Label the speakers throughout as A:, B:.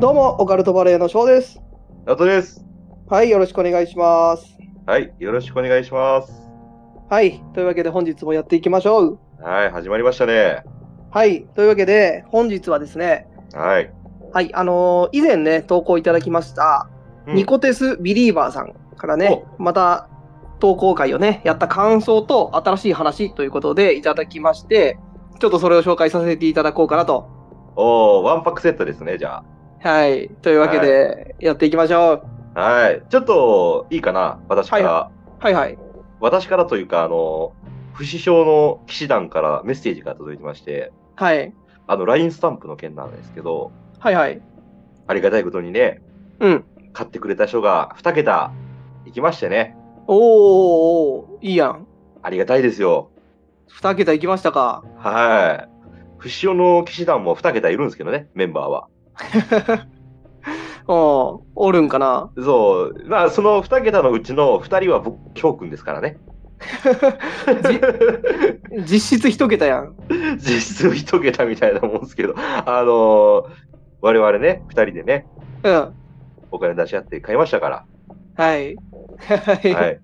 A: どうも、オカルトバレーの翔です。
B: ナトです。
A: はい、よろしくお願いします。
B: はい、よろしくお願いします。
A: はい、というわけで本日もやっていきましょう。
B: はい、始まりましたね。
A: はい、というわけで本日はですね、
B: はい。
A: はい、あのー以前ね、投稿いただきました、
B: うん
A: ニコテスビリーバーさんからね、また投稿会をね、やった感想と新しい話ということでいただきまして、ちょっとそれを紹介させていただこうかなと。
B: おー、ワンパックセットですね、じゃ
A: はい、というわけでやっていきましょ
B: あ。はい。ちょっと、いいかな私から、
A: う。はいはい。
B: 私からというか、あの、不死症の騎士団からメッセージが届いてまして、
A: はい。
B: あの、LINE スタンプの件なんですけど、
A: はいはい。
B: ありがたいことにね、
A: うん。
B: 買ってくれた人が2桁いきましてね、
A: おーおーおーいいやん。
B: ありがたいですよ。
A: 2桁いきましたか。
B: はい。不死症の騎士団も2桁いるんですけどね、メンバーは。
A: おおるんかな。
B: そう、まあ、その2桁のうちの2人は僕、翔くんですからね。
A: 実質1桁やん。
B: 実質1桁みたいなもんですけど、あのー我々ね、2人でね、
A: うん。
B: お金出し合って買いましたから、
A: はい。
B: は
A: はい。
B: い。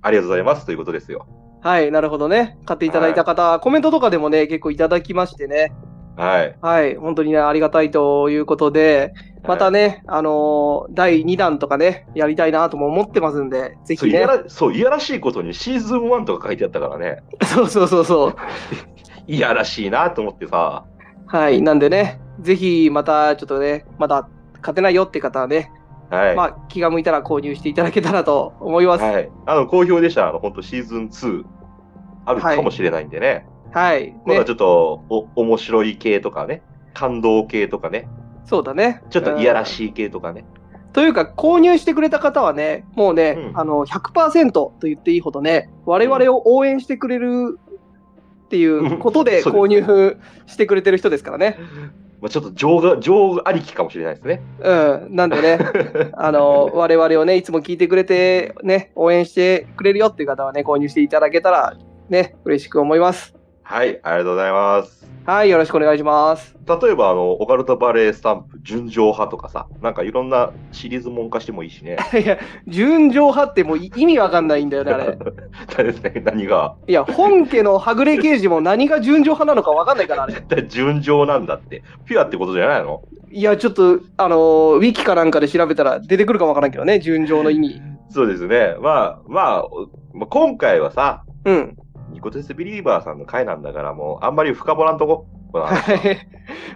B: ありがとうございますということですよ。
A: はい、なるほどね。買っていただいた方、コメントとかでもね、結構いただきましてね。
B: はい。
A: はい、本当にね、ありがたいということで、またね、あのー第2弾とかね、やりたいなとも思ってますんで、ぜひ
B: そういや
A: ね。
B: らそう、いやらしいことにシーズン1とか書いてあったからね、
A: そうそうそうそう。
B: いやらしいなと思ってさ、
A: はい、なんでね、ぜひまたちょっとね、まだ勝てないよって方はね、
B: はい。
A: まあ気が向いたら購入していただけたらと思います。
B: はい、あの好評でした、あの本当、シーズン2あるかもしれないんでね、
A: はい。
B: 今度
A: ね
B: はちょっとお面白い系とかね、感動系とかね、
A: そうだね。
B: ちょっといやら
A: い
B: しい系とかね。
A: というか、購入してくれた方はね、もうね、
B: うん
A: あの100%と言っていいほどね、我々を応援してくれるっていうこと
B: う
A: で
B: んそう
A: 購入してくれてる人ですからね。
B: まあ、ちょっと情が、情がありきかもしれないですね。
A: うん、なんでね、 あの、我々をね、いつも聞いてくれて、ね、応援してくれるよっていう方はね、購入していただけたら、ね、嬉しく思います。
B: はい、ありがとうございます。
A: はい、よろしくお願いします。
B: 例えば、あの、オカルトバレースタンプ、純情派とかさ、なんかいろんなシリーズもん化してもいいしね。
A: いや、純情派ってもうい意味わかんないんだよね、あれ。
B: 何が、
A: いや、本家のはぐれ刑事も何が純情派なのかわかんないから、あれ。
B: 純情なんだって。ピュアってことじゃないの
A: いや、ちょっと、あのーウィキかなんかで調べたら出てくるかもわからんけどね、純情の意味。
B: そうですね。まあ、まあ、おまあ、今回はさ、
A: うん。
B: ニコテスビリーバーさんの回なんだから、もう、あんまり深掘らんとこ。この 話
A: はい。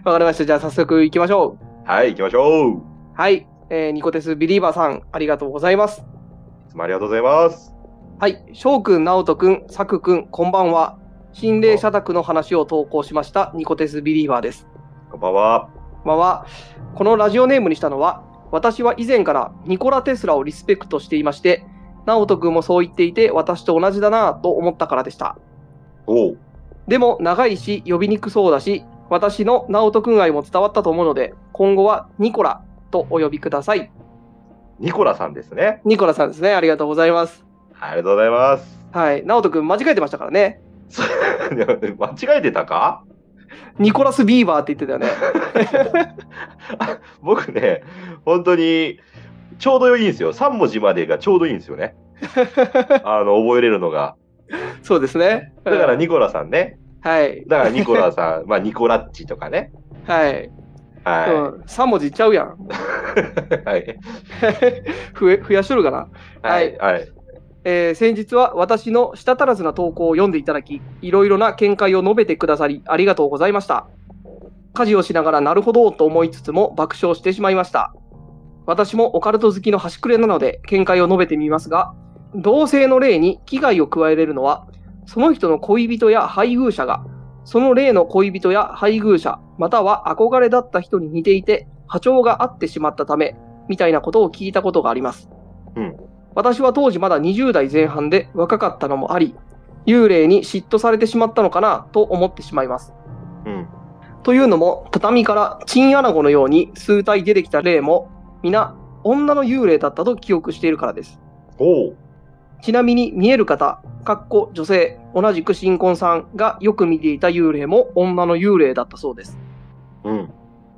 A: わかりました。じゃあ早速行きましょう。
B: はい、行きましょう。
A: はい。えーニコテスビリーバーさん、ありがとうございます。
B: いつもありがとうございます。
A: はい。翔くん、直人くん、さくくん、こんばんは。心霊社宅の話を投稿しました、ニコテスビリーバーです。
B: こんばんは。
A: まはこのラジオネームにしたのは私は以前からニコラ・テスラをリスペクトしていまして直人君もそう言っていて私と同じだなぁと思ったからでした
B: おう。
A: でも長いし呼びにくそうだし私の直人君愛も伝わったと思うので今後はニコラとお呼びください
B: ニコラさんですね。
A: ニコラさんですねありがとうございます
B: ありがとうございます。
A: はい直人君間違えてましたからね
B: そういや間違えてたか
A: ニコラス・ビーバーって言ってたよね
B: 僕ね、本当にちょうどいいんですよ。3文字までがちょうどいいんです よね。あの、覚えれるのが。
A: そうですね
B: だから
A: うん
B: ニコラさんね。
A: はい
B: だからニコ ラさん、まあニコラッチとかね。
A: はい、
B: は
A: うん、3文字いっちゃうやん
B: い。 はい。
A: 増え増やしとるかな
B: はい。はい。
A: えー先日は私の舌足らずな投稿を読んでいただき、いろいろな見解を述べてくださり、ありがとうございました。家事をしながらなるほどと思いつつも爆笑してしまいました。私もオカルト好きの端くれなので見解を述べてみますが、同性の霊に危害を加えれるのは、その人の恋人や配偶者が、その霊の恋人や配偶者、または憧れだった人に似ていて、波長が合ってしまったため、みたいなことを聞いたことがあります。私は当時まだ20代前半で若かったのもあり、幽霊に嫉妬されてしまったのかなと思ってしまいます。
B: うん。
A: というのも、畳からチンアナゴのように数体出てきた霊も、皆、女の幽霊だったと記憶しているからです。
B: おう。
A: ちなみに見える方、かっこ女性、同じく新婚さんがよく見ていた幽霊も女の幽霊だったそうです。
B: うん。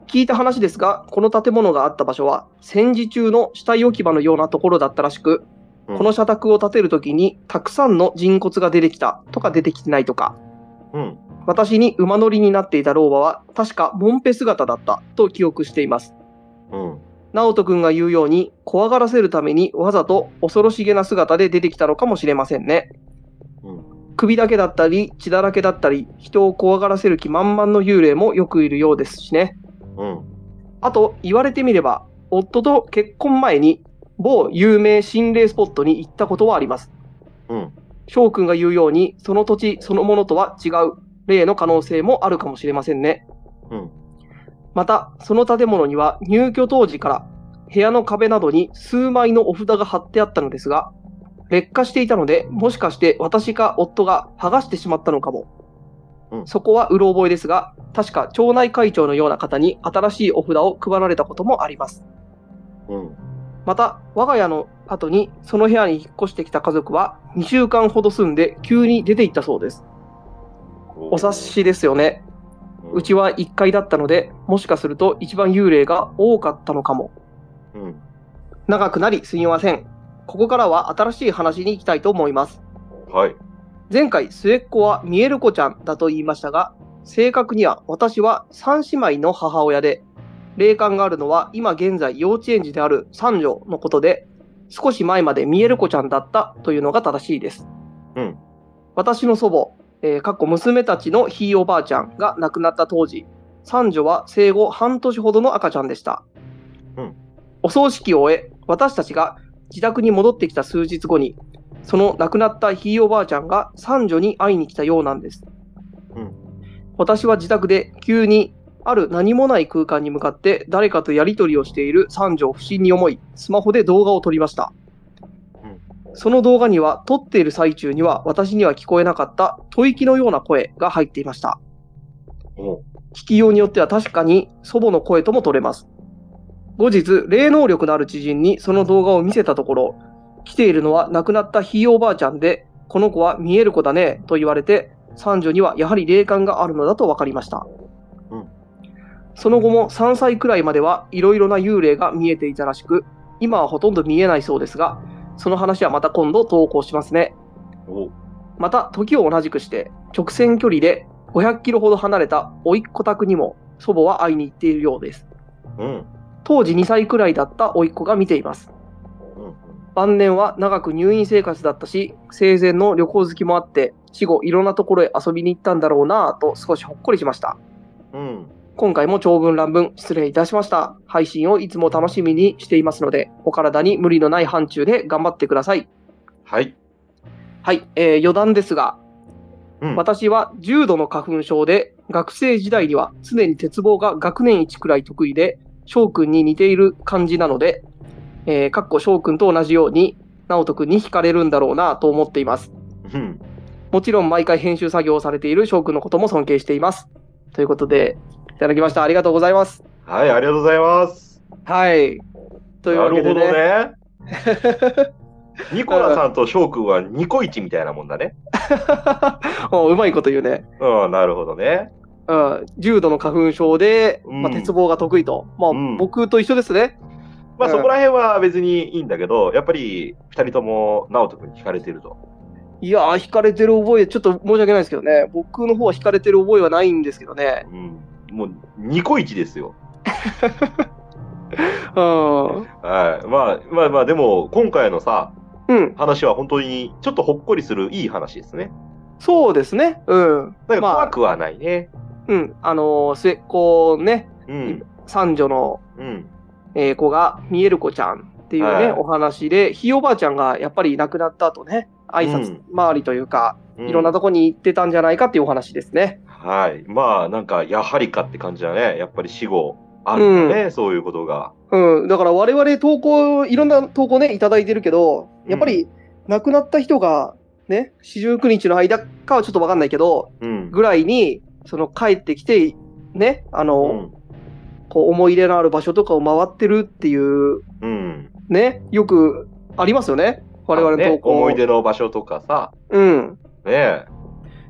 A: 聞いた話ですが、この建物があった場所は、戦時中の死体置き場のようなところだったらしく、
B: うん
A: この社宅を建てるときに、たくさんの人骨が出てきたとか出てきてないとか、
B: うん。
A: 私に馬乗りになっていた老婆は、確かモンペ姿だったと記憶しています。
B: うん。
A: 直人君が言うように、怖がらせるためにわざと恐ろしげな姿で出てきたのかもしれませんね。
B: うん
A: 首だけだったり、血だらけだったり、人を怖がらせる気満々の幽霊もよくいるようですしね。
B: うん。
A: あと、言われてみれば、夫と結婚前に某有名心霊スポットに行ったことはあります。
B: うん。
A: 翔くんが言うように、その土地そのものとは違う例の可能性もあるかもしれませんね。
B: うん
A: また、その建物には入居当時から部屋の壁などに数枚のお札が貼ってあったのですが、劣化していたので、もしかして私か夫が剥がしてしまったのかも。
B: うん
A: そこはうろ覚えですが、確か町内会長のような方に新しいお札を配られたこともあります。
B: うん。
A: また、我が家の後にその部屋に引っ越してきた家族は2週間ほど住んで急に出て行ったそうです。お察しですよね。うち
B: は。
A: は1階だったので、もしかすると一番幽霊が多かったのかも。
B: うん。
A: 長くなりすみません。ここからは新しい話に行きたいと思います。
B: はい。
A: 前回末っ子は見える子ちゃんだと言いましたが、正確には私は三姉妹の母親で、霊感があるのは今現在幼稚園児である三女のことで、少し前まで見える子ちゃんだったというのが正しいです。
B: うん
A: 私の祖母、えーかっこ娘たちのひいおばあちゃんが亡くなった当時、三女は生後半年ほどの赤ちゃんでした。
B: うん
A: お葬式を終え、私たちが自宅に戻ってきた数日後に、その亡くなったひいおばあちゃんが三女に会いに来たようなんです。
B: うん
A: 私は自宅で急にある何もない空間に向かって誰かとやり取りをしている三女を不審に思い、スマホで動画を撮りました。
B: うん
A: その動画には、撮っている最中には私には聞こえなかった吐息のような声が入っていました。
B: お
A: 聞きようによっては確かに祖母の声とも取れます。後日、霊能力のある知人にその動画を見せたところ、来ているのは亡くなったひいおばあちゃんで、この子は見える子だねと言われて、三女にはやはり霊感があるのだと分かりました。
B: うん
A: その後も3歳くらいまではいろいろな幽霊が見えていたらしく、今はほとんど見えないそうですが、その話はまた今度投稿しますね。
B: お
A: また時を同じくして直線距離で500キロほど離れた甥っ子宅にも祖母は会いに行っているようです
B: うん。
A: 当時2歳くらいだった甥っ子が見ています
B: うん。
A: 晩年は長く入院生活だったし生前の旅行好きもあって死後いろんなところへ遊びに行ったんだろうなぁと少しほっこりしました
B: うん。
A: 今回も長文乱文失礼いたしました配信をいつも楽しみにしていますのでお体に無理のない範疇で頑張ってください
B: はい。
A: はい、えー、余談ですが
B: うん。
A: 私は重度の花粉症で、学生時代には常に鉄棒が学年一くらい得意で、翔くんに似ている感じなので、えー、かっこ翔くんと同じように、直人くんに惹かれるんだろうなと思っています。
B: うん。
A: もちろん毎回編集作業をされている翔くんのことも尊敬しています。ということで、いただきました。ありがとうございます。
B: はい、ありがとうございます。
A: はい。という
B: な
A: わけ
B: る
A: で
B: ほど
A: ね。
B: ね。 ニコラさんと翔くんはニコイチみたいなもんだね。
A: おうまいこと言うね。
B: うん、なるほどね。
A: うん、重度の花粉症で、まあ、
B: うん
A: 鉄棒が得意と。まあ、
B: うん
A: 僕と一緒ですね。
B: まあ
A: うん
B: そこら辺は別にいいんだけど、やっぱり二人とも直人君に惹かれてると。
A: いやー、惹かれてる覚え、ちょっと申し訳ないですけどね、僕の方は惹かれてる覚えはないんですけどね。
B: うん。もうニコイチですよ。
A: うん。
B: はい。まあまあまあ、でも今回のさ、
A: うん、
B: 話は本当にちょっとほっこりするいい話ですね。
A: そうですね。うん。
B: なんか
A: まあ
B: 怖くはないね。
A: うん。あのー、末っ子ね、
B: うん。
A: 三女の、
B: うん。
A: えー子が、見える子ちゃんっていうね、
B: はい
A: お話で、ひいおばあちゃんがやっぱり亡くなった後ね、挨拶回りというか、
B: う
A: いろんなとこに行ってたんじゃないかっていうお話ですね。
B: はい。まあなんかやはりかって感じだね。やっぱり死後あるんだね、そういうことが。
A: うん。だから我々投稿、いろんな投稿ね、いただいてるけど、やっぱり亡くなった人が、ね、四十九日の間かはちょっとわかんないけど、
B: うん。
A: ぐらいに、その帰ってきて、ね、あの、
B: うん。
A: こう思い入れのある場所とかを回ってるっていう、
B: うん。
A: ね、よくありますよね。我々の
B: ね
A: 投稿。
B: 思い出の場所とかさ、
A: うん。
B: ねえ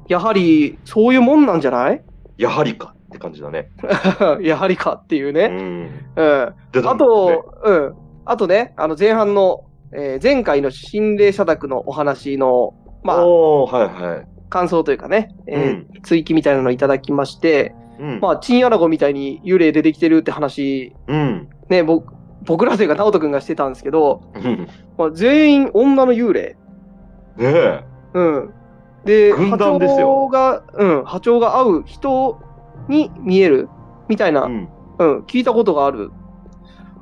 A: やはり、そういうもんなんじゃない
B: やはりかっって感じだね。
A: やはりかっていう
B: う
A: ね。
B: ん。
A: うん。
B: でだ
A: あと、うん。あとね、あの前半の、えー前回の心霊社宅のお話の、まあ、
B: おーはいはい。
A: 感想というかね、えー
B: うん
A: 追記みたいなのいただきまして、
B: うん。
A: まあ、チンアナゴみたいに幽霊出てきてるって話、
B: うん。
A: ね、僕、僕らというか、直人くんがしてたんですけど、
B: うん。ね
A: まあ、全員女の幽霊。
B: え。
A: うん。で、
B: 軍団です
A: 波長
B: よ
A: が、うん、波長が合う人に見えるみたいな、
B: う
A: うん、
B: ん。
A: 聞いたことがある。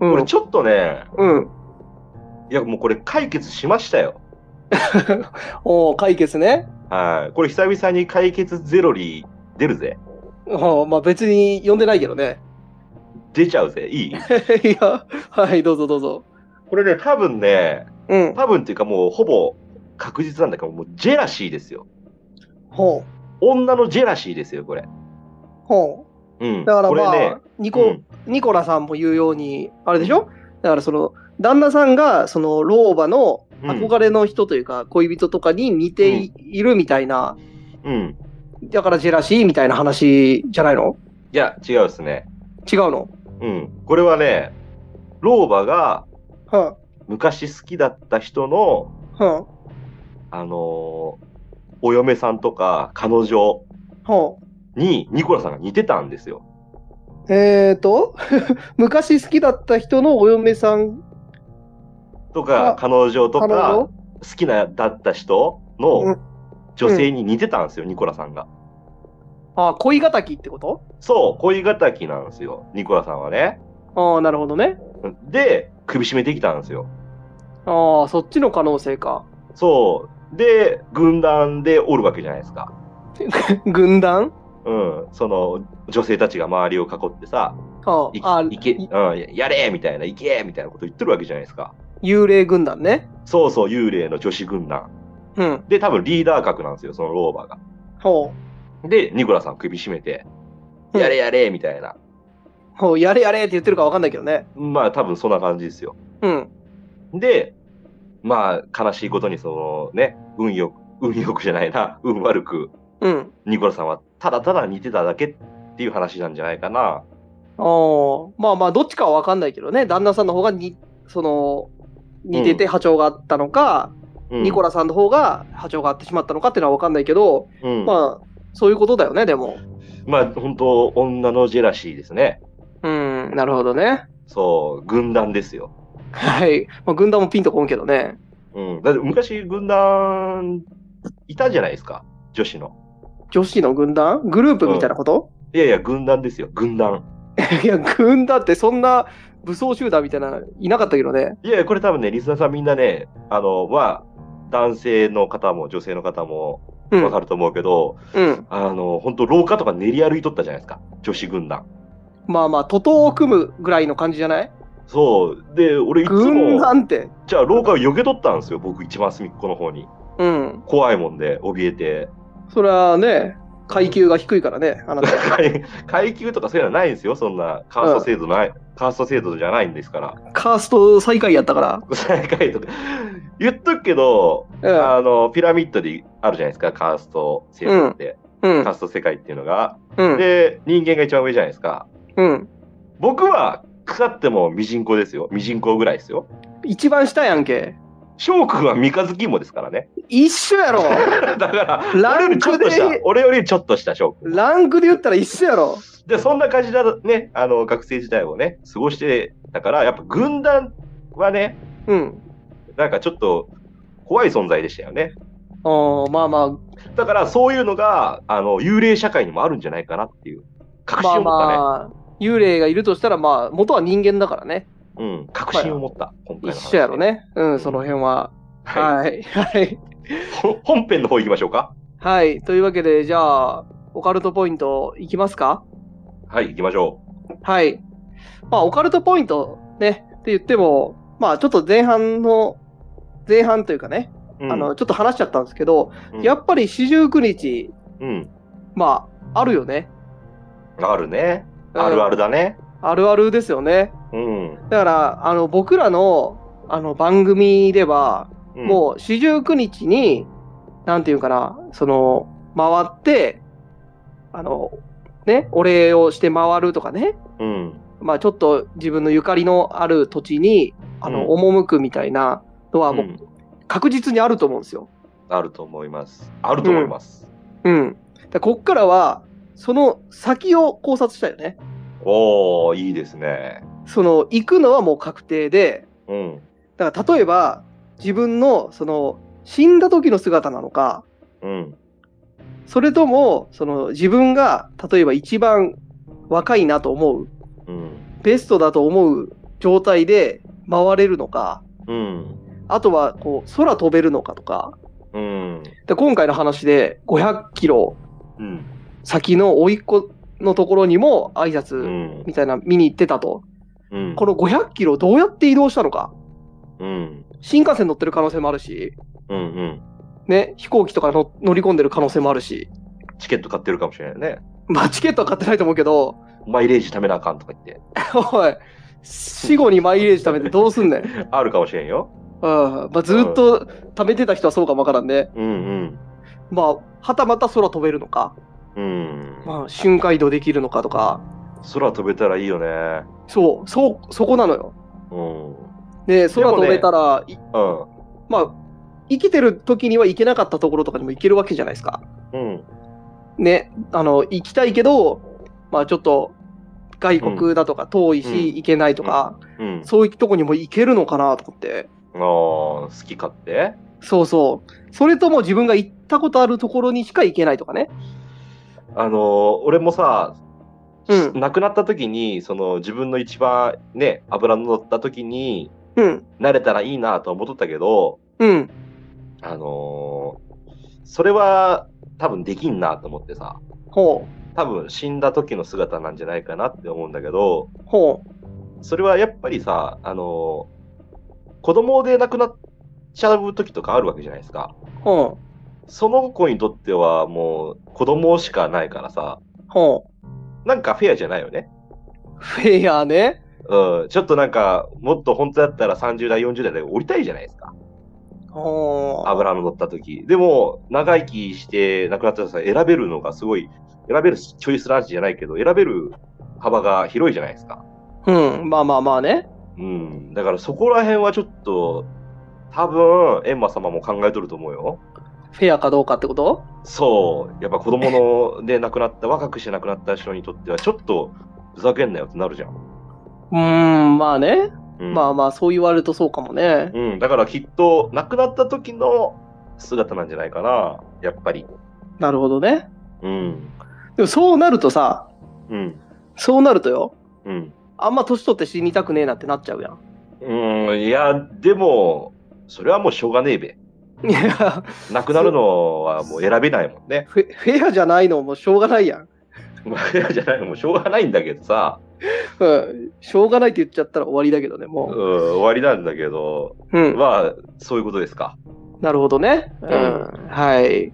A: うん。
B: 俺ちょっとね、
A: うん。
B: いやもうこれ解決しましたよ。
A: おー解決ね。
B: はい。これ久々に解決ゼロリ出るぜ。
A: おーまあ別に呼んでないけどね。
B: 出ちゃうぜ。いい
A: いや、はい、どうぞどうぞ。
B: これね、多分ね、
A: うん。
B: 多分っていうかもうほぼ確実なんだけど、もうジェラシーですよ。
A: ほ
B: 女のジェラシーですよ、これ。
A: う。ほ
B: うん。
A: う。だから
B: これ
A: まあ、
B: ね、
A: ニコ、
B: うん
A: ニコラさんも言うように、あれでしょだからその、旦那さんが、その、老婆の憧れの人というか、恋人とかに似てい,、るみたいな、
B: うん。
A: だからジェラシーみたいな話じゃないの
B: いや、違うですね。
A: 違うの
B: うん。これはね、老婆が
A: は
B: 昔好きだった人の、
A: ん、はん、
B: あのーお嫁さんとか彼女
A: は
B: にニコラさんが似てたんですよ。
A: ん。えーと、 昔好きだった人のお嫁さん、
B: とか
A: あ、
B: 彼女と
A: 彼
B: か
A: 女、
B: 好きなだった人
A: う
B: の
A: ん
B: 女性に似てたんですよ、ニコラさんが。
A: あ、恋敵ってこと
B: そう、恋敵なんですよ、ニコラさんはね。
A: ああ、なるほどね。
B: で、首絞めてきたんですよ。
A: ああ、そっちの可能性か。
B: そう。で、軍団でおるわけじゃないですか。
A: 軍団
B: うん。その、女性たちが周りを囲ってさ、
A: あ
B: い
A: あ
B: いけ、
A: い
B: うん、ややれみたいな、いけみたいなこと言ってるわけじゃないですか。
A: 幽霊軍団ね。
B: そうそう、幽霊の女子軍団。
A: うん。
B: で、多分リーダー格なんですよ、そのローバーが。
A: ほ
B: で、ニコラさん首絞めて、
A: うん
B: やれやれみたいな。
A: う。ほう、やれやれって言ってるかわかんないけどね。
B: まあ、多分そんな感じですよ。
A: うん。
B: で、まあ、悲しいことに、そのね、運よく、運よくじゃないな、運悪く、
A: うん。
B: ニコラさんはただただ似てただけっていう話なんじゃないかな。
A: ああ、まあまあ、どっちかはわかんないけどね。旦那さんの方がに、その、似てて波長があったのか、
B: うん、
A: ニコラさんの方が波長があってしまったのかっていうのはわかんないけど、
B: うん、まあ、
A: まあ、そういうことだよね、でも。
B: 本当女のジェラシーですね。
A: うん、なるほどね。
B: そう、軍団ですよ。
A: はい。まあ、軍団もピンとこんけどね。
B: うん。だって昔、軍団、いたじゃないですか。女子の。
A: 女子の軍団グループみたいなこと、
B: いやいや、軍団ですよ。軍団。
A: いや、軍団ってそんな武装集団みたいな、いなかったけどね。
B: いやいや、これ多分ね、リスナーさんみんなね、あの、まあ、男性の方も女性の方も
A: う
B: わか
A: ん。
B: ると思うけど、
A: うん。
B: あの、本当廊下とか練り歩いとったじゃないですか。女子軍団。
A: まあまあ、徒党を組むぐらいの感じじゃない
B: そう。で、俺いつ
A: 軍
B: も、
A: 団って。
B: じゃあ廊下を避けとったんですよ。僕一番隅っこの方に。
A: うん。
B: 怖いもんで、怯えて。
A: それはね、階級が低いからね、あなた。
B: 階階級とかそういうのはないんですよ、そんな。カースト制度ない、カースト制度じゃないんですから。
A: カースト最下位やったか
B: 最下位とか。言っとくけど、
A: ら。
B: あの、ピラミッドであるじゃないですか、カースト制度って。
A: うん。うん
B: カー。スト世界っていうのが。
A: うん。
B: で、人間が一番上じゃないですか。
A: うん。
B: 僕は、腐ってもミジンコですよ。ミジンコぐらいですよ。
A: 一番下やんけ。
B: 翔くんは三日月もですからね。
A: 一緒やろ
B: だから、
A: ラ
B: 俺よ
A: ン
B: りちょ
A: ク
B: っとした
A: で、、
B: 俺よりちょっとした翔くん。
A: ランクで言ったら一緒やろ
B: で、そんな感じだね、あの、学生時代をね、過ごしてたから、やっぱ軍団はね、
A: うん。
B: なんかちょっと怖い存在でしたよね。
A: おーまあまあ、
B: だからそういうのが、あの、幽霊社会にもあるんじゃないかなっていう。確
A: まあ
B: 信を持ったね。
A: まあ、幽霊がいるとしたら、まあ、元は人間だからね。
B: うん、確信を持った。今回の
A: 一
B: 話
A: 緒やろ。ね。うん、その辺は。
B: は
A: はい。はい。
B: い。ほ本編の方行きましょうか。
A: はい。というわけで、じゃあ、オカルトポイントいきますか
B: はい、行きましょ
A: はい。まあ、オカルトポイントね、って言っても、まあ、ちょっと前半の、前半というかね、
B: う。うん
A: あの、ちょっと話しちゃったんですけど、
B: うん
A: やっぱり四十九日、
B: うん。
A: まあ、あるよね。
B: あるね。あるあ
A: る。
B: るだね。
A: あるあるですよね。
B: うん。
A: だから、あの、僕らの、あの、番組では、
B: うん
A: もう四十九日に、なんていうかな、その、回って、あの、ね、お礼をして回るとかね、
B: うん。
A: まあ、ちょっと自分のゆかりのある土地にあの
B: う
A: 赴くみたいなのはもう
B: うん
A: 確実にあると思うんですよ。
B: あると思います。あると思います。
A: うん、だからこっからはその先を考察したよね。
B: おおいいですね。
A: その行くのはもう確定で
B: うん。
A: だから例えば自分のその死んだ時の姿なのか
B: うん。
A: それともその自分が例えば一番若いなと思う
B: うん。
A: ベストだと思う状態で回れるのか
B: うん。
A: あとはこう空飛べるのかとか。
B: うん。
A: で今回の話で500キロ
B: うん。
A: 先の甥いっ子のところにも挨
B: う
A: 拶
B: ん。
A: みたいな見に行ってたと、
B: うん。
A: この500キロどうやって移動したのか
B: うん。
A: 新幹線乗ってる可能性もあるし、
B: うん。うん。
A: ね、飛行機とかの乗り込んでる可能性もあるし、
B: チケット買ってるかもしれないね。
A: まあ、チケットは買ってないと思うけど
B: マイレージ貯めなあかんとか言って。
A: おい死後にマイレージ貯めてどうすんねん、うん
B: あるかもしれんよ。
A: まあ、ずっと貯めてた人はそうかもわからんね
B: うん
A: まあはたまた空飛べるのか、
B: うん。うん。
A: まあ、瞬間移動できるのかとか
B: 空飛べたらいいよね。
A: そうそうそこなのよ
B: うん。
A: で空飛べたら、
B: うん。
A: まあ、生きてる時には行けなかったところとかにも行けるわけじゃないですか。
B: うん。
A: ね、あの、行きたいけど、まあちょっと、外国だとか遠いし、
B: うん
A: 行けないとか、
B: うん。
A: そういうとこにも行けるのかなと思って。
B: ああ、好き勝手
A: そうそう。それとも自分が行ったことあるところにしか行けないとかね。
B: あのー俺もさ、
A: うん
B: 亡くなった時に、その自分の一番ね、油の乗った時に、
A: うん、
B: 慣れたらいいなとは思っとったけど、
A: うん、
B: あのーそれは多分できんなと思ってさ、
A: ほ
B: 多分死んだ時の姿なんじゃないかなって思うんだけど、
A: う、ほ
B: それはやっぱりさ、あのー子供で亡くなっちゃう時とかあるわけじゃないですか。
A: う、ほ
B: その子にとってはもう子供しかないからさ、
A: う、ほ
B: なんかフェアじゃないよね。
A: う。フェアね。
B: うん、ちょっとなんか、もっと本当だったら30代、40代で降りたいじゃないですか。
A: ほう。
B: 油の乗った時。でも、長生きして亡くなった人は選べるのがすごい、選べるチョイスランチじゃないけど、選べる幅が広いじゃないですか。
A: うん、まあまあまあね。
B: うん。だからそこら辺はちょっと、多分、エンマ様も考えとると思うよ。
A: フェアかどうかってこと
B: そう。やっぱ子供ので亡くなった、若くして亡くなった人にとっては、ちょっと、ふざけんなよってなるじゃん。
A: うーん、まあね。
B: うん、
A: まあまあ、そう言われるとそうかもね。
B: うん、だからきっと亡くなった時の姿なんじゃないかな、やっぱり。
A: なるほどね。
B: うん、
A: でもそうなるとさ、
B: うん、
A: そうなるとよ、
B: うん。
A: あんま年取って死にたくねえなってなっちゃうやん。
B: うん、いや、でも、それはもうしょうがねえべ。
A: いや、
B: 亡くなるのはもう選べないもんね。
A: フェフェアじゃないのもしょうがないやん。
B: まあ、選べじゃないのもしょうがないんだけどさ、
A: うん、しょうがないって言っちゃったら終わりだけどね、
B: うん、
A: も
B: 終わりなんだけど、
A: う。うん、
B: まあ、そういうことですか。
A: なるほどね。うん、
B: うん
A: はい。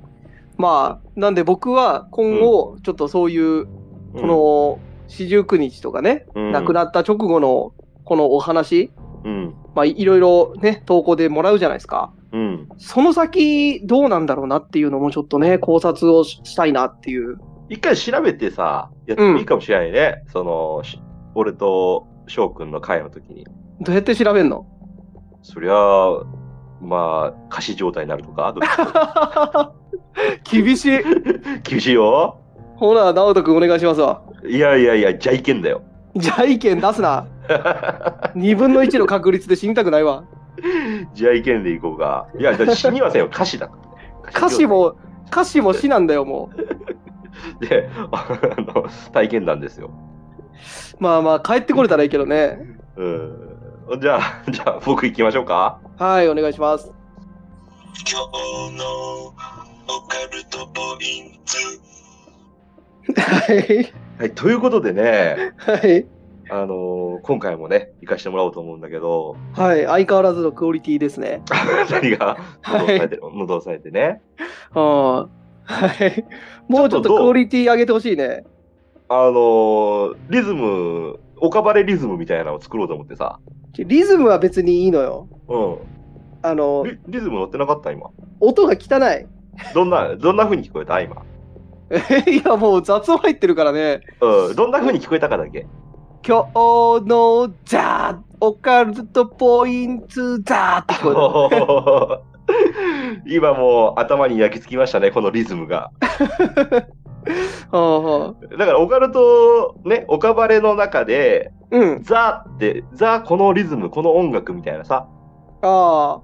A: まあ、なんで僕は今後、ちょっとそういう、
B: うん
A: この四十九日とかね、
B: うん
A: 亡くなった直後のこのお話、
B: うん、
A: まあ、いろいろね、投稿でもらうじゃないですか。
B: うん。
A: その先、どうなんだろうなっていうのもちょっとね、考察をししたいなっていう。
B: 一回調べてさ、やってもいいかもしれないね。その、し俺と翔くんの会の時に。
A: どうやって調べんの
B: そりゃあ、まあ、仮死状態になるとか、どっちか
A: 厳しい。
B: 厳しいよ。
A: ほら、直人君お願いしますわ。
B: いやいやいや、じゃいけんだよ。
A: じゃあ意見出す な。2分の1の確率で死にたくないわ。
B: じゃいけんでいこうか。いや、だって死にはせんよ、歌詞だから。
A: 歌詞も、歌詞も死なんだよ、もう。
B: で、あの、体験談ですよ。
A: まあまあ、帰ってこれたらいいけどね。
B: うん。じゃあ、じゃあ、僕行きましょうか。
A: はい、お願いします。
C: 今日のオカルトポイント
A: はい。
B: はい、ということでね、
A: はい。
B: あの今回もね、行かしてもらおうと思うんだけど、
A: はい。相変わらずのクオリティですね。
B: 何が喉を押さえてる、喉を押さえてね。
A: うん。はい。もうちょっ
B: ちょっとど
A: と
B: う
A: クオリティ上げてほしいね。
B: あのリズム、オカバレリズムみたいなのを作ろうと思ってさ。
A: リズムは別にいいのよ。
B: うん。
A: あの、
B: リリズム乗ってなかった今。
A: 音が汚い。
B: どんな、どんな風に聞こえた今。
A: いや、もう雑音入ってるからね。
B: うん、どんな風に聞こえたかだけ。
A: 今日のザオカルトポイントザって聞こえた。
B: 今もう頭に焼き付きましたね、このリズムが。
A: は
B: だからオカルト、ね、オカバレの中で、
A: あ、うん。
B: ザって、ザこのリズム、この音楽みたいなさ、
A: あ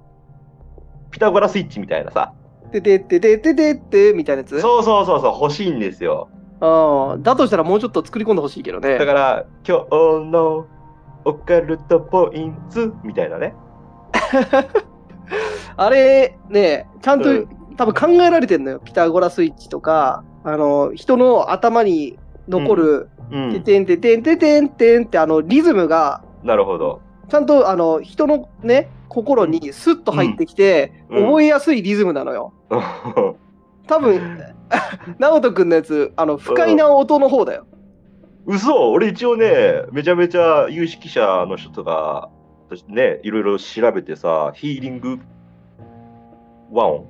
B: ピタゴラスイッチみたいなさ、
A: あ。でででででででみたいなやつ
B: そうそうそうそう、欲しいんですよ。
A: ああ。だとしたらもうちょっと作り込んでほしいけど
B: だ
A: ね。
B: から、今日のオカルトポイントみたいなね。
A: あれ、ね、ちゃんと、
B: うん
A: 多分考えられてんのよ。ピタゴラスイッチとか、あの、人の頭に残る、て
B: うん、
A: てんててんててんてんって、あの、リズムが、
B: なるほど。
A: ちゃんと、あの、人のね、心にスッと入ってきて、
B: うん
A: 覚えやすいリズムなのよ。多分、 直人くんのやつ、あの、不快な音の方だよ。
B: 嘘俺一応ね、めちゃめちゃ有識者の人とか、そしてね、いろいろ調べてさ、ヒーリング和音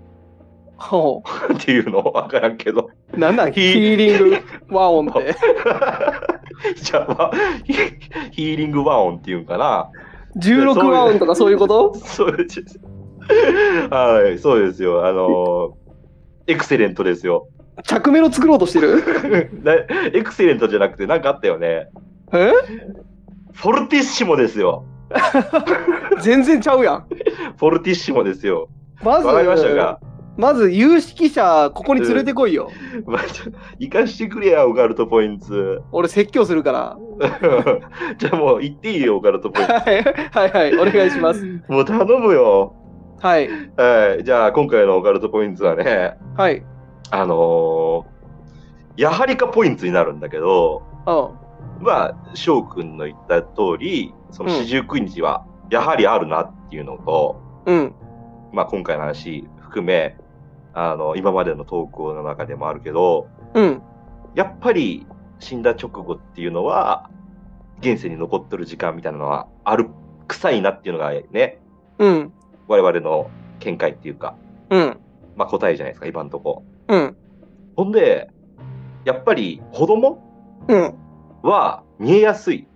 A: ほ
B: っていうのわからんけど。
A: う。なんなん
B: ヒ
A: ヒ
B: ー
A: ーリング和音って。
B: じゃあ、ヒヒーリング和音っていうんかな。
A: 16和音とかそういうこと
B: そうです。はい、そうですよ。あのーエクセレントですよ。
A: 着メロ作ろうとしてる
B: なエクセレントじゃなくて、なんかあったよね。
A: え
B: フォルティッシモですよ。
A: 全然ちゃうやん。
B: フォルティッシモですよ。
A: まず、
B: わかりましたか
A: まず有識者、ここに連れてこいよ。
B: まあ、ちょ行かしてくれや、オカルトポインツ。
A: 俺説教するから。
B: じゃあもう行っていいよ、オカルト ポイン
A: はいはいはい、お願いします。
B: ツ。もう頼むよ。
A: はい。
B: はい、じゃあ今回のオカルトポインツはね、
A: はい。
B: あのーやはりかポインツになるんだけど、
A: うん。
B: まあ、翔くんの言った通り、その四十九日は、やはりあるなっていうのと、
A: うん。
B: まあ今回の話含め、あの、今までの投稿の中でもあるけど、
A: うん。
B: やっぱり死んだ直後っていうのは、現世に残ってる時間みたいなのはある、臭いなっていうのがね、
A: うん。
B: 我々の見解っていうか、
A: うん。
B: まあ答えじゃないですか、今のとこ。
A: うん。
B: ほんで、やっぱり子供
A: うん。
B: は見えやすい。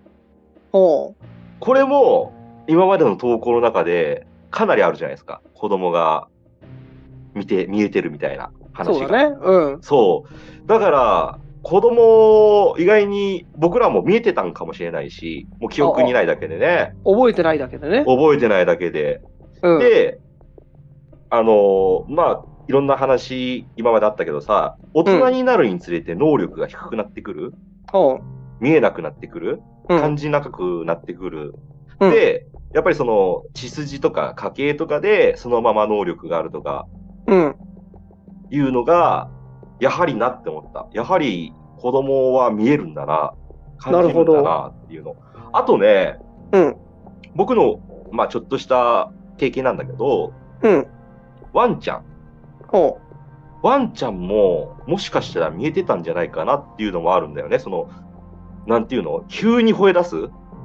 A: ほう。
B: これも今までの投稿の中でかなりあるじゃないですか。子供が見て、見えてるみたいな話
A: そ
B: が。
A: うだね。うん。
B: そう。だから、子供、意外に僕らも見えてたんかもしれないし、もう記憶にないだけでね、
A: 覚えてないだけでね。
B: 覚えてないだけで。
A: うん。
B: で、あのーまあ、いろんな話、今まであったけどさ、大人になるにつれて能力が低くなってくる、
A: ほ
B: 見えなくなってくる、
A: う。うん。
B: 感じなくなってくる。
A: うん
B: で、やっぱりその血筋とか家系とかでそのまま能力があるとか
A: うん。
B: いうのが、やはりなって思った。やはり子供は見えるんだな、感じるんだなっていうの。あとね、
A: うん。
B: 僕の、まあ、ちょっとした経験なんだけど、
A: うん。
B: ワンちゃん。
A: ほ
B: ワンちゃんも、もしかしたら見えてたんじゃないかなっていうのもあるんだよね。その、なんていうの急に吠え出す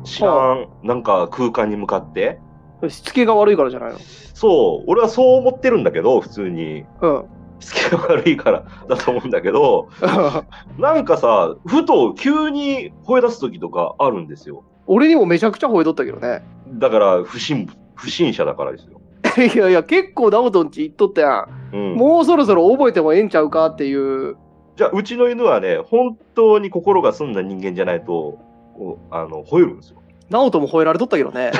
B: 知らん、なんか空間に向かって。
A: う。しつけが悪いからじゃないの。
B: そう、俺はそう思ってるんだけど、普通に。
A: うん。
B: しつけが悪いから だと思うんだけど、なんかさ、ふと急に吠え出す時とかあるんですよ。
A: 俺にもめちゃくちゃ吠えとったけどね。
B: だから、不審、不審者だからですよ。
A: いやいや、結構ダオトンち言っとったやん。
B: うん。
A: もうそろそろ覚えてもええんちゃうかっていう。
B: じゃあ、うちの犬はね、本当に心が澄んだ人間じゃないと、こうあの、吠えるんですよ。
A: ナオトも吠えられとったけど ね。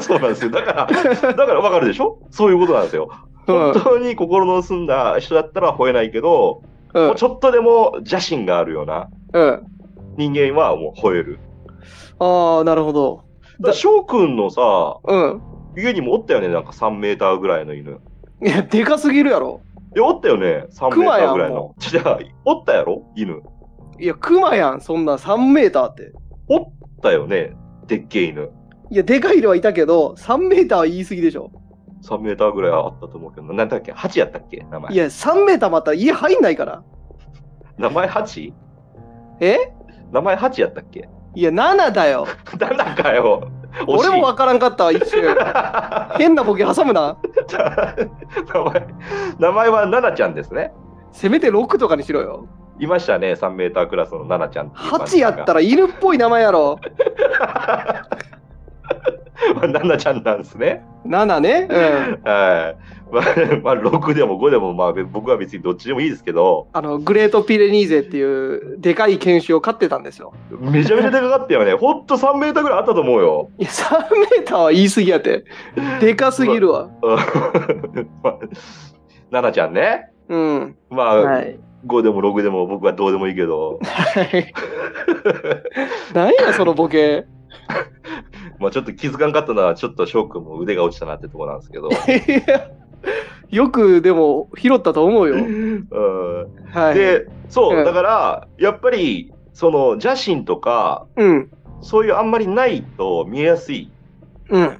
B: そうなんですよ。だから、だからわかるでしょそういうことなんですよ。
A: うん
B: 本。当に心の澄んだ人だったら吠えないけど、
A: う
B: も
A: ん
B: う。ちょっとでも邪心があるような
A: うん。
B: 人間はもう吠える。
A: ああ、なるほど。
B: だから翔くんのさ、
A: うん。
B: 家にもおったよね、なんか3メーターぐらいの犬。
A: いや、でかすぎるやろ。
B: いや、おったよね、3メー
A: 熊
B: タ
A: や
B: ー
A: ん
B: ぐらいの
A: も。
B: じゃあ、おったやろ犬。
A: いや、クマやん、そんな3メーターって。
B: おったよね、でっけえ犬。
A: いや、でかいのはいたけど、3メーターは言い過ぎでしょ。
B: 3メーターぐらいあったと思うけど、なんだっけ、8やったっけ名
A: い
B: 前。
A: や、3メーターまた家入んないから。
B: 名前 8?
A: え
B: 名前8やったっけ
A: いや、7だよ。
B: なんだかよ。 惜し
A: 俺
B: い
A: もわからんかったわ、一瞬。 変なボケ挟むな。
B: 名前、名前はナナちゃんですね。
A: せめて6とかにしろよ。
B: いましたね、3メータークラスの奈々ちゃんっていう
A: ハ
B: 感
A: チ
B: じ
A: や
B: が。
A: ったら犬っぽい名前やろ。
B: まあ、奈々ちゃんなんですね。
A: 7ね。うん。
B: はい。まあ、まあ、6でも5でも、まあ、べ僕は別にどっちでもいいですけど、
A: あの、グレートピレニーゼっていうでかい犬種を飼ってたんですよ。
B: めちゃめちゃでかかったよね。ほんと3メーターぐらいあったと思うよ。
A: いや、3メーターは言い過ぎやて。でかすぎるわ。
B: うんまあ奈々ちゃんね。
A: うん。
B: まあ、
A: はい。
B: 5でも6でも僕はどうでもいいけど、
A: はい。何や、そのボケ。
B: まあちょっと気づかんかったのは、ちょっと翔くんも腕が落ちたなってとこなんですけ ど、
A: いやよくでも拾ったと思うよ。
B: うん
A: はい。、
B: で、そう、
A: うん
B: だから、やっぱり、その、邪神とか、
A: うん。
B: そういうあんまりないと見えやすい。
A: うん。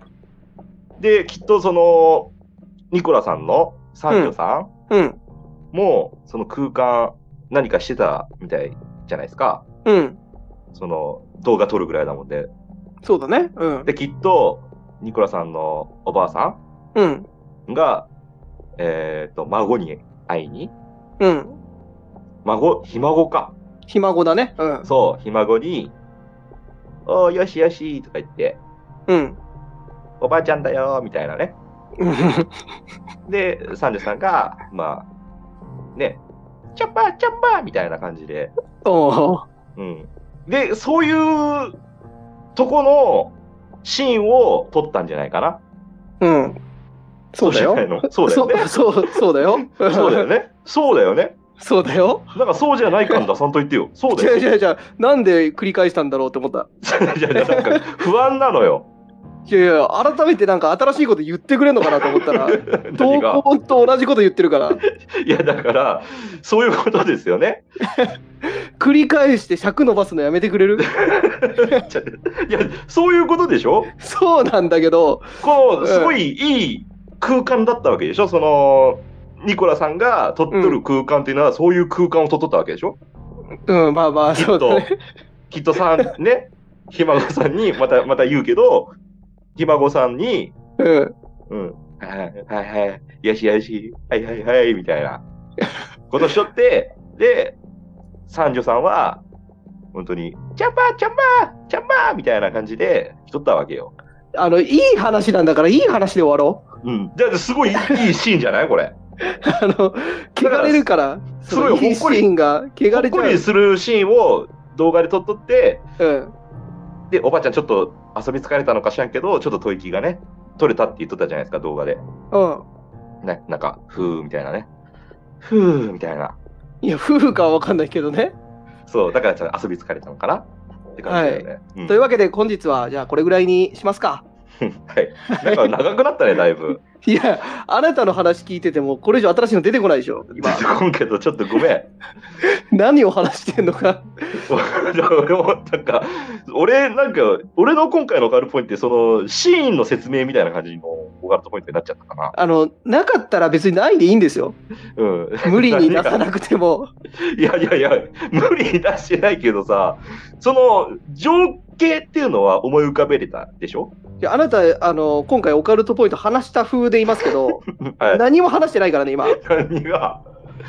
B: で、きっとその、ニコラさんの三女さん
A: うん。
B: も、その空間、何かしてたみたいじゃないですか。
A: うん。
B: その、動画撮るぐらいだもんで。
A: そうだね。うん。
B: で、きっと、ニコラさんのおばあさ
A: うん。
B: んが、えっ、と、孫に会いに、
A: うん。
B: 孫、ひ孫か。
A: ひ孫だね。うん。
B: そう、ひ孫に、おー、よしよし、とか言って、
A: うん。
B: おばあちゃんだよ、みたいなね。で、サンジュさんが、まあ、ね、チャッパーチャッパーみたいな感じで、
A: おー
B: うん。で、そういうとこのシーンを撮ったんじゃないかな。
A: うん。そうだよ。
B: そうじゃないの
A: そうそうそうだよ。
B: そうだよね。そうだよ。ね。そうだよね。
A: そうだよ。
B: なんかそうじゃない感出さんと言ってよ。そうだ
A: じゃ
B: よ。
A: じゃじゃなんで繰り返したんだろうって思った。
B: いやいやなんか不安なのよ。
A: いやいや、改めてなんか新しいこと言ってくれんのかなと思ったら、
B: 何
A: 投
B: が
A: 稿と同じこと言ってるから、
B: いやだからそういうことですよね。
A: 繰り返して尺伸ばすのやめてくれる
B: ちょいやそういうことでしょ。
A: そうなんだけど、
B: こ
A: うん
B: うすごいいい空間だったわけでしょ。そのニコラさんが撮っとる空間っていうのはそういう空間を撮っとったわけでしょ。
A: うん、まあまあ、
B: きっ
A: そうだ
B: と
A: ね。
B: きっとさんねひ孫さんにまたまた言うけどひ孫さんに
A: うん。
B: うんはいはいはいよしよしはいはいはいみたいなことしとってで三女さんは本当に「チャンパーチャンパーチャンパー」みたいな感じでしとったわけよ。
A: あの、いい話なんだから、いい話で終わろう。
B: うん、じゃあすごいいいいいシーンじゃないこれ。
A: あの、汚れるから、
B: すご
A: そ
B: い
A: のいいシ
B: ほっこり
A: ーンが
B: ほ
A: 汚
B: っ
A: れち
B: こ
A: ゃ
B: りするシーンを動画で撮っとって
A: う。うん。
B: でおばあちゃんちょっと遊び疲れたのか知らんけどちょっと吐息がね取れたって言っとったじゃないですか動画で。
A: うん。
B: ね、なんか、ふーみたいなね。ふーみたいな。
A: いや、夫婦かはわかんないけどね。
B: そう、だからちょっと遊び疲れたのかなって感じだよね。うん
A: というわけで、本日は、じゃあ、これぐらいにしますか。
B: はい。なんか 長くなったね、だいぶ。
A: いや、あなたの話聞いてても、これ以上新しいの出てこないでしょ、 今
B: 出。てこんけど、ちょっとごめん。
A: 何を話してんのか。
B: 俺も、なんか、俺、なんか、俺の今回のオカルトポイントって、その、シーンの説明みたいな感じのオカルトポイントになっちゃったかな。
A: あの、なかったら別にないでいいんですよ。
B: うん。
A: 無理に出さなくても。
B: いやいやいや、無理に出してないけどさ、その、情景っていうのは思い浮かべれたでしょ
A: いやあなた、あの、今回オカルトポイント話した風でいますけ ど、
B: はい。
A: 何も話してないからね、今。
B: 何が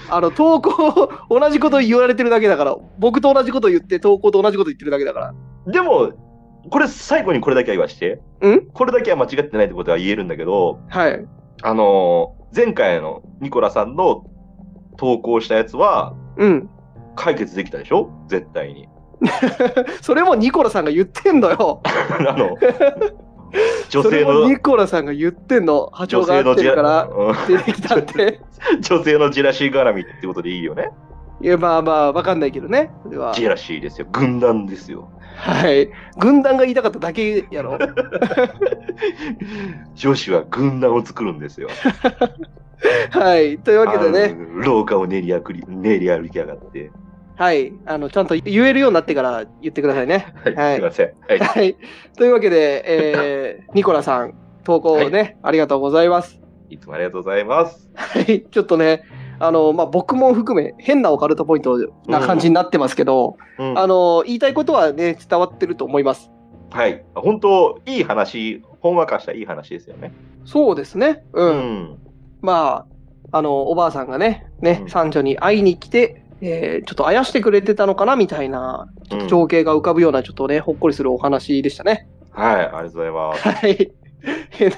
A: あの、投稿、同じこと言われてるだけだから、僕と同じこと言って、投稿と同じこと言ってるだけだから。
B: でも、これ最後にこれだけは言わして。
A: ん
B: これだけは間違ってないってことは言えるんだけど、
A: はい。
B: あのー前回のニコラさんの投稿したやつは
A: うん。
B: 解決できたでしょ絶対に。
A: それもニコラさんが言ってんのよ。
B: あ の、
A: そ
B: 女性
A: れも
B: の、
A: ニコラさんが言ってんの。波長
B: 女
A: が
B: 性
A: 合
B: の
A: って
B: ジ
A: るか
B: ラ
A: ら、出てきたって。
B: うん女性のジェラシー絡みってことでいいよね。
A: いや、まあまあ、わかんないけどね。それは。
B: ジェラシーですよ。軍団ですよ。
A: はい。軍団が言いたかっただけやろ。
B: 女子は軍団を作るんですよ。
A: はい。というわけでね、
B: あの廊下を練り歩き、練り歩きやがって。
A: はい。あの、ちゃんと言えるようになってから言ってくださいね。
B: はい、
A: はい
B: すいません。はい。
A: はい。というわけで、えー、ニコラさん、投稿をね、ありがとうございます。
B: いつもありがとうございます。
A: はい。 ちょっとね、あの、まあ、僕も含め、変なオカルトポイントな感じになってますけど、
B: うん
A: あの、言いたいことはね、伝わってると思います。
B: はい。本当、いい話、ほんわかしたいい話ですよね。
A: そうですね。うん。
B: ん。
A: まあ、あの、おばあさんがね、ね、
B: うん
A: 三女に会いに来て、えーちょっとあやしてくれてたのかなみたいな
B: うん
A: 情景が浮かぶような、ちょっとね、ほっこりするお話でしたね。
B: はい、ありがとうございます。
A: はい。変な、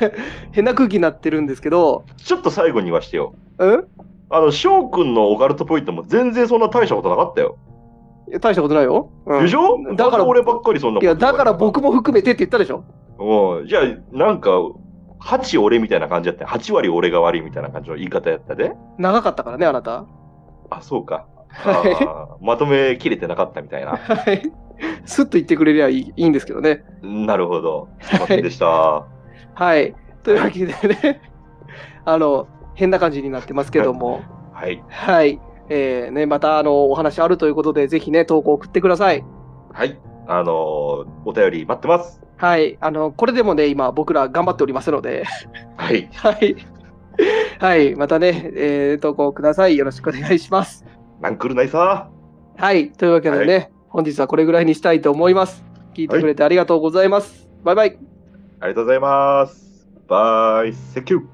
A: 変な空気になってるんですけど、
B: ちょっと最後に言わしてよ。
A: うん
B: あの、翔くんのオカルトポイントも全然そんな大したことなかったよ。
A: いや大したことないよ。うん
B: でしょ
A: だから、
B: なんで俺ばっかりそんなこと
A: いや、だから僕
B: も。
A: も含めてって言ったでしょ
B: うんじゃあ、なんか、8俺みたいな感じだったよ。8割俺が悪いみたいな感じの言い方やったで。
A: 長かったからね、あなた。
B: あ、そうか。
A: はい
B: あーまとめきれてなかったみたいな。
A: はい。スッと言ってくれりゃいいいいんですけどね。
B: なるほど。すいませんでした。
A: はい。というわけでね、 あの、変な感じになってますけども、
B: はい。
A: はい。えーね、またあのお話あるということで、ぜひね、投稿送ってください。
B: はい。あのーお便り待ってます。
A: はい。あの、これでもね、今、僕ら頑張っておりますので、
B: はい。
A: はい。はい。またね、えー投稿ください。よろしくお願いします。
B: なんくるないさ。
A: はい。というわけでね、本日はこれぐらいにしたいと思います。聞いてくれてありがとうございます。バイバイ。
B: ありがとうございます。バイ、セキュー。